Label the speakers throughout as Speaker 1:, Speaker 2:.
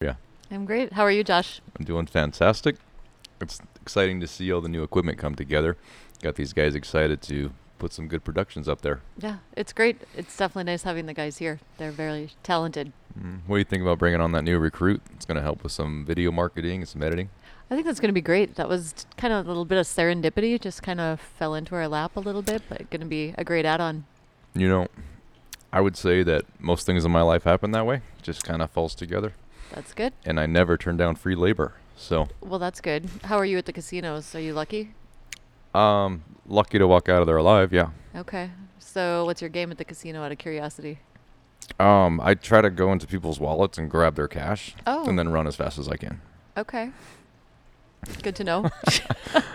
Speaker 1: Yeah.
Speaker 2: I'm great. How are you, Josh?
Speaker 1: I'm doing fantastic. It's exciting to see all the new equipment come together. Got these guys excited to put some good productions up there.
Speaker 2: Yeah, it's great. It's definitely nice having the guys here. They're very talented.
Speaker 1: Mm, What do you think about bringing on that new recruit? It's going to help with some video marketing and some editing.
Speaker 2: I think that's going to be great. That was kind of a little bit of serendipity. Just kind of fell into our lap a little bit, but going to be a great add-on.
Speaker 1: You know, I would say that most things in my life happen that way. It just kind of falls together.
Speaker 2: That's good.
Speaker 1: And I never turn down free labor. So,
Speaker 2: Well, that's good. How are you at the casinos? Are you lucky?
Speaker 1: um, lucky to walk out of there alive. Yeah.
Speaker 2: Okay. So, what's your game at the casino? Out of curiosity.
Speaker 1: Um, I try to go into people's wallets and grab their cash
Speaker 2: Oh.
Speaker 1: and then run as fast as I can.
Speaker 2: Okay. Good to know.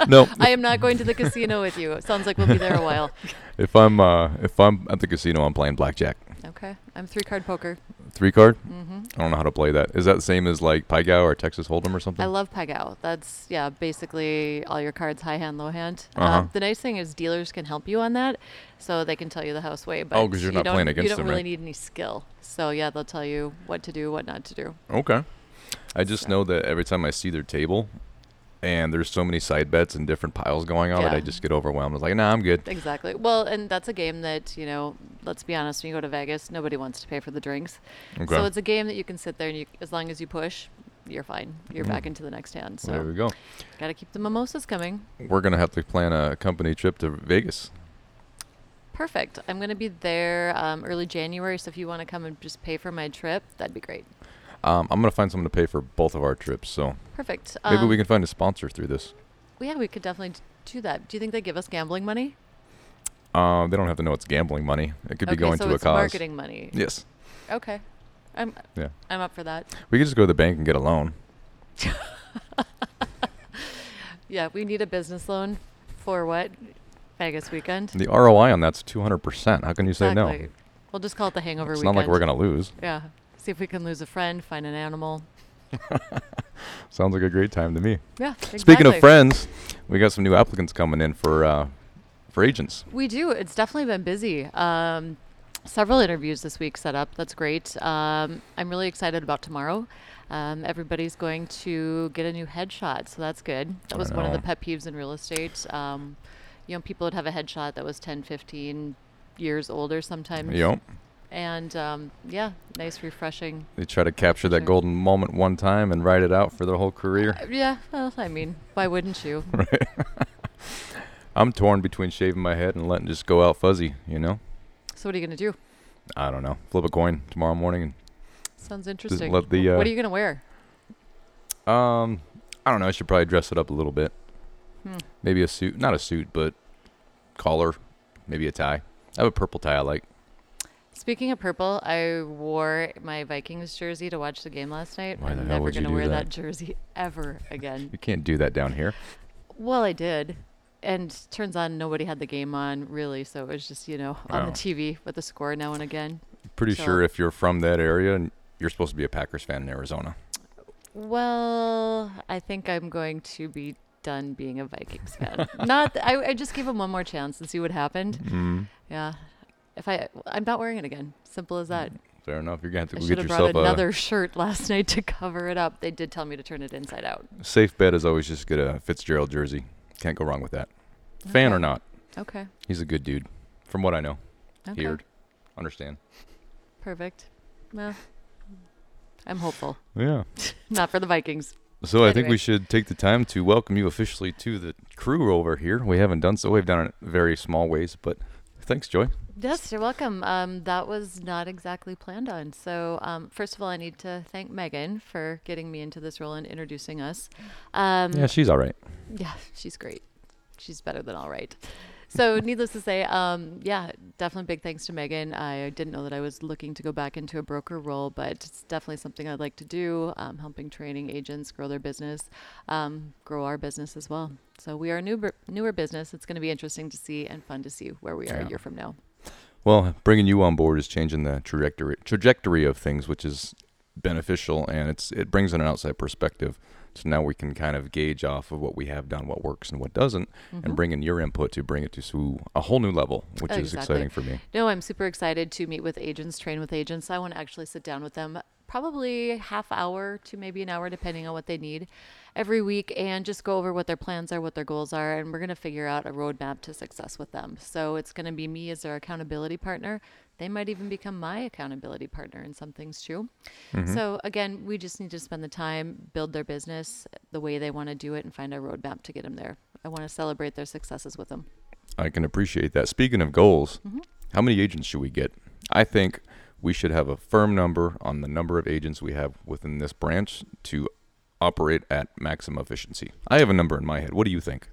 Speaker 1: No.
Speaker 2: I am not going to the casino with you. It sounds like we'll be there a while.
Speaker 1: If I'm uh, if I'm at the casino, I'm playing blackjack.
Speaker 2: Okay. I'm three card poker.
Speaker 1: Three card.
Speaker 2: hmm
Speaker 1: I don't know how to play that. Is that the same as like Paigao or Texas Hold'em or something?
Speaker 2: I love Pegao. That's yeah, basically all your cards high hand, low hand.
Speaker 1: Uh-huh.
Speaker 2: Um, the nice thing is dealers can help you on that, so they can tell you the house way. But
Speaker 1: Oh, 'cause you're
Speaker 2: you
Speaker 1: not
Speaker 2: don't-
Speaker 1: playing against
Speaker 2: You don't
Speaker 1: them,
Speaker 2: really
Speaker 1: right?
Speaker 2: need any skill. So yeah, they'll tell you what to do, what not to do.
Speaker 1: okay. I just
Speaker 2: So-
Speaker 1: know that every time I see their table, and there's so many side bets and different piles going on that I
Speaker 2: Yeah.
Speaker 1: just get overwhelmed. I was like, nah, I'm good.
Speaker 2: Exactly. Well, and that's a game that you know. Let's be honest. When you go to Vegas, nobody wants to pay for the drinks.
Speaker 1: Okay.
Speaker 2: So it's a game that you can sit there and you, as long as you push, you're fine. You're
Speaker 1: Mm.
Speaker 2: back into the next hand.
Speaker 1: there we
Speaker 2: So
Speaker 1: go.
Speaker 2: gotta keep the mimosas coming.
Speaker 1: We're gonna have to plan a company trip to Vegas.
Speaker 2: Perfect. I'm going to be there um, early January, so if you want to come and just pay for my trip, that'd be great.
Speaker 1: Um, I'm gonna find someone to pay for both of our trips. So
Speaker 2: Perfect.
Speaker 1: maybe we
Speaker 2: Um,
Speaker 1: can find a sponsor through this.
Speaker 2: well, Yeah, we could definitely d- do that. Do you think they give us gambling money?
Speaker 1: Um, they don't have to know it's gambling money. It could
Speaker 2: okay,
Speaker 1: be going
Speaker 2: so
Speaker 1: to
Speaker 2: it's
Speaker 1: a cause.
Speaker 2: marketing money.
Speaker 1: Yes.
Speaker 2: Okay. I'm
Speaker 1: Yeah.
Speaker 2: I'm up for that.
Speaker 1: We could just go to the bank and get a loan.
Speaker 2: Yeah, we need a business loan for what? Vegas weekend.
Speaker 1: The ROI on that's 200%. How can you say
Speaker 2: Exactly. We'll just call it the
Speaker 1: no?
Speaker 2: hangover
Speaker 1: It's
Speaker 2: weekend.
Speaker 1: not like we're going to lose.
Speaker 2: Yeah. See if we can lose a friend, find an animal.
Speaker 1: Sounds like a great time to me.
Speaker 2: Yeah.
Speaker 1: Speaking of
Speaker 2: exactly.
Speaker 1: friends, we got some new applicants coming in for uh, for agents.
Speaker 2: We do. It's definitely been busy. Um, several interviews this week set up. That's great. Um, I'm really excited about tomorrow. Um, everybody's going to get a new headshot, so that's good. That
Speaker 1: I
Speaker 2: was one of
Speaker 1: know.
Speaker 2: the pet peeves in real estate. Um, you know, people would have a headshot that was 10, 15 years older sometimes.
Speaker 1: You know,
Speaker 2: And um, yeah, nice, refreshing.
Speaker 1: they try to capture that
Speaker 2: Sure.
Speaker 1: golden moment one time and ride it out for their whole career.
Speaker 2: Uh, yeah, well, I mean, why wouldn't you?
Speaker 1: Right. I'm torn between shaving my head and letting it just go out fuzzy, you know?
Speaker 2: So, what are you going to do?
Speaker 1: I don't know. Flip a coin tomorrow morning
Speaker 2: Sounds interesting.
Speaker 1: let the,
Speaker 2: Wh-
Speaker 1: uh,
Speaker 2: what are you going to wear?
Speaker 1: and um I don't know, I should probably dress it up a little bit.
Speaker 2: Hmm.
Speaker 1: Maybe a suit, not a suit, but collar, maybe a tie. I have a purple tie I like.
Speaker 2: Speaking of purple, I wore my Vikings jersey to watch the game last night.
Speaker 1: Why the
Speaker 2: I'm
Speaker 1: hell
Speaker 2: never
Speaker 1: would you
Speaker 2: gonna
Speaker 1: do
Speaker 2: wear
Speaker 1: that?
Speaker 2: that? jersey ever again.
Speaker 1: You can't do that down here.
Speaker 2: well, I did. And turns on nobody had the game on really, so it was just, you know, on
Speaker 1: Wow.
Speaker 2: the TV with the score now and again.
Speaker 1: Pretty
Speaker 2: So-
Speaker 1: sure if you're from that area, and you're supposed to be a Packers fan in Arizona.
Speaker 2: Well, I think I'm going to be done being a Vikings fan. not th- I, I just gave him one more chance and see what happened.
Speaker 1: Mm.
Speaker 2: Yeah. If I I'm not wearing it again. Simple as that.
Speaker 1: Fair enough. You're gonna have to
Speaker 2: I
Speaker 1: Mm-hmm. go get
Speaker 2: should have brought
Speaker 1: yourself
Speaker 2: another shirt last night to cover it up. They did tell me to turn it inside out.
Speaker 1: a safe bet. Is always just get a Fitzgerald jersey. Can't go wrong with that. Fan or
Speaker 2: Okay.
Speaker 1: not,
Speaker 2: Okay.
Speaker 1: he's a good dude. From what I know,
Speaker 2: Okay.
Speaker 1: Heard. understand.
Speaker 2: Perfect. Well, I'm hopeful.
Speaker 1: Yeah.
Speaker 2: Not for the Vikings.
Speaker 1: So I think
Speaker 2: Anyway.
Speaker 1: we should take the time to welcome you officially to the crew over here. We haven't done so. We've done it in very small ways, but thanks, Joy.
Speaker 2: Yes, you're welcome. Um, that was not exactly planned on. So, um, first of all, I need to thank Megan for getting me into this role and introducing us. Um,
Speaker 1: Yeah, she's all right.
Speaker 2: Yeah, she's great. She's better than all right. So, needless to say, um, yeah, definitely big thanks to Megan. I didn't know that I was looking to go back into a broker role, but it's definitely something I'd like to do, um, helping training agents grow their business, um, grow our business as well. So, we are a new, br- newer business. It's going to be interesting to see and fun to see where we are
Speaker 1: Yeah.
Speaker 2: a year from now.
Speaker 1: Well, bringing you on board is changing the trajectory trajectory of things, which is beneficial, and it's it brings in an outside perspective. So now we can kind of gauge off of what we have done, what works and what doesn't, and
Speaker 2: Mhm.
Speaker 1: bring in your input to bring it to su- a whole new level, which is
Speaker 2: Exactly.
Speaker 1: exciting for me.
Speaker 2: No, I'm super excited to meet with agents, train with agents. I want to actually sit down with them probably half hour to maybe an hour, depending on what they need, every week, and just go over what their plans are, what their goals are, and we're going to figure out a roadmap to success with them. So it's going to be me as their accountability partner. They might even become my accountability partner in some things too. So again, we just need to spend the time, build their business the way they want to do it, and find a roadmap to get them there. I want to celebrate their successes with them.
Speaker 1: I can appreciate that. Speaking of goals, how many agents should we get? I think we should have a firm number on the number of agents we have within this branch to operate at maximum efficiency. I have a number in my head. What do you think?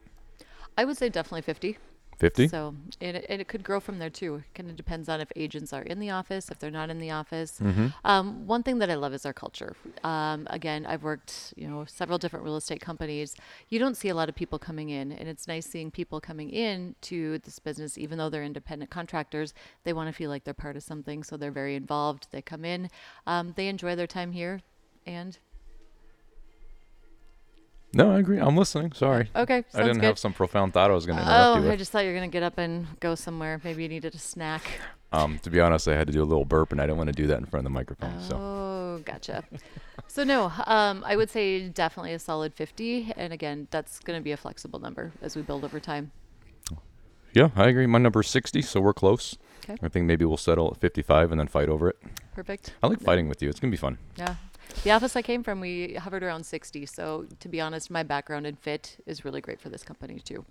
Speaker 2: I would say definitely 50.
Speaker 1: 50?
Speaker 2: So and it, and it could grow from there too. It kind of depends on if agents are in the office, if they're not in the office.
Speaker 1: Mm-hmm.
Speaker 2: Um, one thing that I love is our culture. Um, again, I've worked, you know, several different real estate companies. You don't see a lot of people coming in, and it's nice seeing people coming in to this business, even though they're independent contractors. They want to feel like they're part of something, so they're very involved. They come in, um, they enjoy their time here, and
Speaker 1: No, I agree. I'm listening. Sorry.
Speaker 2: okay, sounds
Speaker 1: I didn't
Speaker 2: good.
Speaker 1: have some profound thought I was going to interrupt you
Speaker 2: Oh, I
Speaker 1: with.
Speaker 2: just thought you were gonna get up and go somewhere. Maybe you needed a snack.
Speaker 1: Um, to be honest, I had to do a little burp, and I didn't want to do that in front of the microphone. So
Speaker 2: Oh, gotcha. so no, um, I would say definitely a solid 50. And again, that's going to be a flexible number as we build over time.
Speaker 1: yeah, I agree. My number's 60, so we're close.
Speaker 2: 'Kay.
Speaker 1: I think maybe we'll settle at 55 and then fight over it.
Speaker 2: Perfect.
Speaker 1: I like fighting with you. It's gonna be fun.
Speaker 2: Yeah. The office I came from, we hovered around 60. So to be honest, my background in fit is really great for this company too.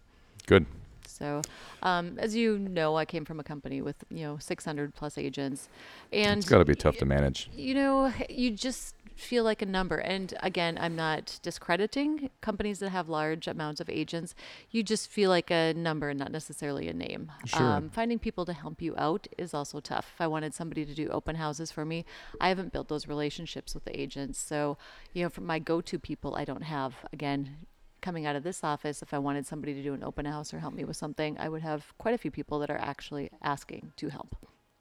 Speaker 1: Good.
Speaker 2: So, um, as you know, I came from a company with you know 600 plus agents, and
Speaker 1: It's got to be tough to manage.
Speaker 2: you know, you just feel like a number. And again, I'm not discrediting companies that have large amounts of agents. You just feel like a number, not necessarily a name. Um,
Speaker 1: Sure.
Speaker 2: finding people to help you out is also tough. If I wanted somebody to do open houses for me, I haven't built those relationships with the agents. So, you know, for my go to people, I don't have. Again, coming out of this office, if I wanted somebody to do an open house or help me with something, I would have quite a few people that are actually asking to help,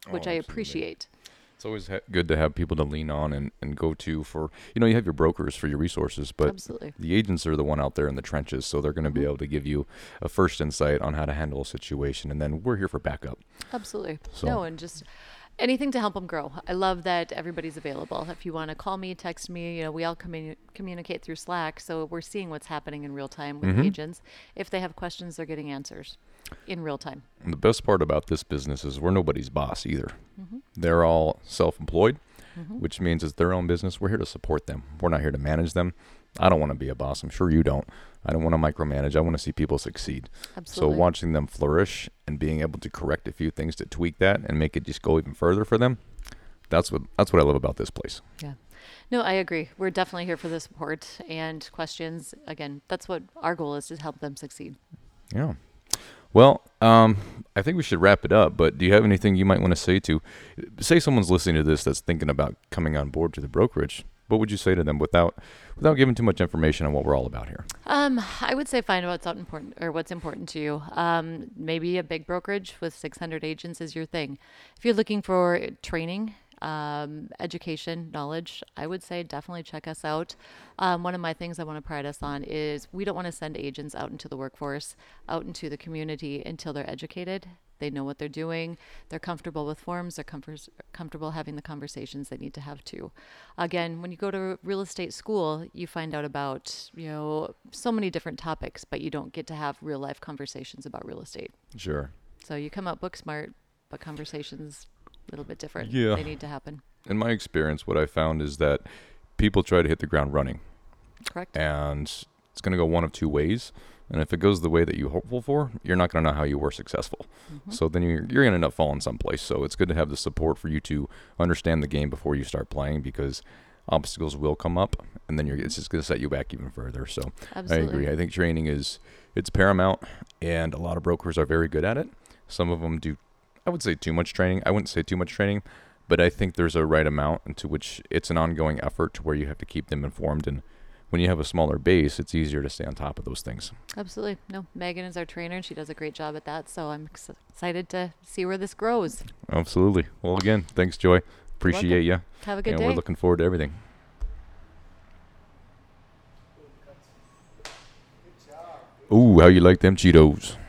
Speaker 2: which
Speaker 1: Oh, absolutely.
Speaker 2: I appreciate.
Speaker 1: It's always ha- good to have people to lean on and, and go to for you know you have your brokers for your resources, but
Speaker 2: Absolutely.
Speaker 1: the agents are the one out there in the trenches, so they're
Speaker 2: Mm-hmm.
Speaker 1: gonna be able to give you a first insight on how to handle a situation, and then we're here for backup.
Speaker 2: Absolutely.
Speaker 1: So-
Speaker 2: No, and just anything to help them grow. I love that everybody's available. If you want to call me, text me, you know, we all commu- communicate through Slack, so we're seeing what's happening in real time with agents. If they have questions, they're getting answers in real time.
Speaker 1: And the best part about this business is we're nobody's boss either. They're all self-employed, which means it's their own business. We're here to support them. We're not here to manage them. I don't want to be a boss. I'm sure you don't. I don't want to micromanage. I want to see people succeed.
Speaker 2: Absolutely.
Speaker 1: So watching them flourish and being able to correct a few things to tweak that and make it just go even further for them, that's what that's what I love about this place.
Speaker 2: Yeah. No, I agree. We're definitely here for the support and questions. Again, that's what our goal is to help them succeed.
Speaker 1: Yeah. Well, um, I think we should wrap it up. But do you have anything you might want to say to, say someone's listening to this that's thinking about coming on board to the brokerage? What would you say to them without without giving too much information on what we're all about here?
Speaker 2: Um, I would say find out what's out important or what's important to you. Um, maybe a big brokerage with 600 agents is your thing. If you're looking for training, um, education, knowledge, I would say definitely check us out. Um, one of my things I want to pride us on is we don't want to send agents out into the workforce, out into the community until they're educated. They know what they're doing. They're comfortable with forms. They're comfort- comfortable having the conversations they need to have too. Again, when you go to real estate school, you find out about you know so many different topics, but you don't get to have real life conversations about real estate.
Speaker 1: Sure.
Speaker 2: So you come out book smart, but conversations a little bit different.
Speaker 1: Yeah.
Speaker 2: they need to happen.
Speaker 1: In my experience, what I found is that people try to hit the ground running.
Speaker 2: Correct.
Speaker 1: and it's going to go one of two ways. And if it goes the way that you hopeful for, you're not going to know how you were successful.
Speaker 2: Mm-hmm.
Speaker 1: So then you're, you're going to end up falling someplace. So it's good to have the support for you to understand the game before you start playing because obstacles will come up, and then you're it's just going to set you back even further. So
Speaker 2: Absolutely.
Speaker 1: I agree. I think training is it's paramount, and a lot of brokers are very good at it. Some of them do, I would say, too much training. I wouldn't say too much training, but I think there's a right amount into which it's an ongoing effort to where you have to keep them informed. And when you have a smaller base, it's easier to stay on top of those things.
Speaker 2: Absolutely. No, Megan is our trainer, and she does a great job at that. So I'm ex- excited to see where this grows.
Speaker 1: Absolutely. Well, again, thanks, Joy. Appreciate you.
Speaker 2: Have a good
Speaker 1: and
Speaker 2: day.
Speaker 1: we're looking forward to everything. Ooh, how you like them Cheetos?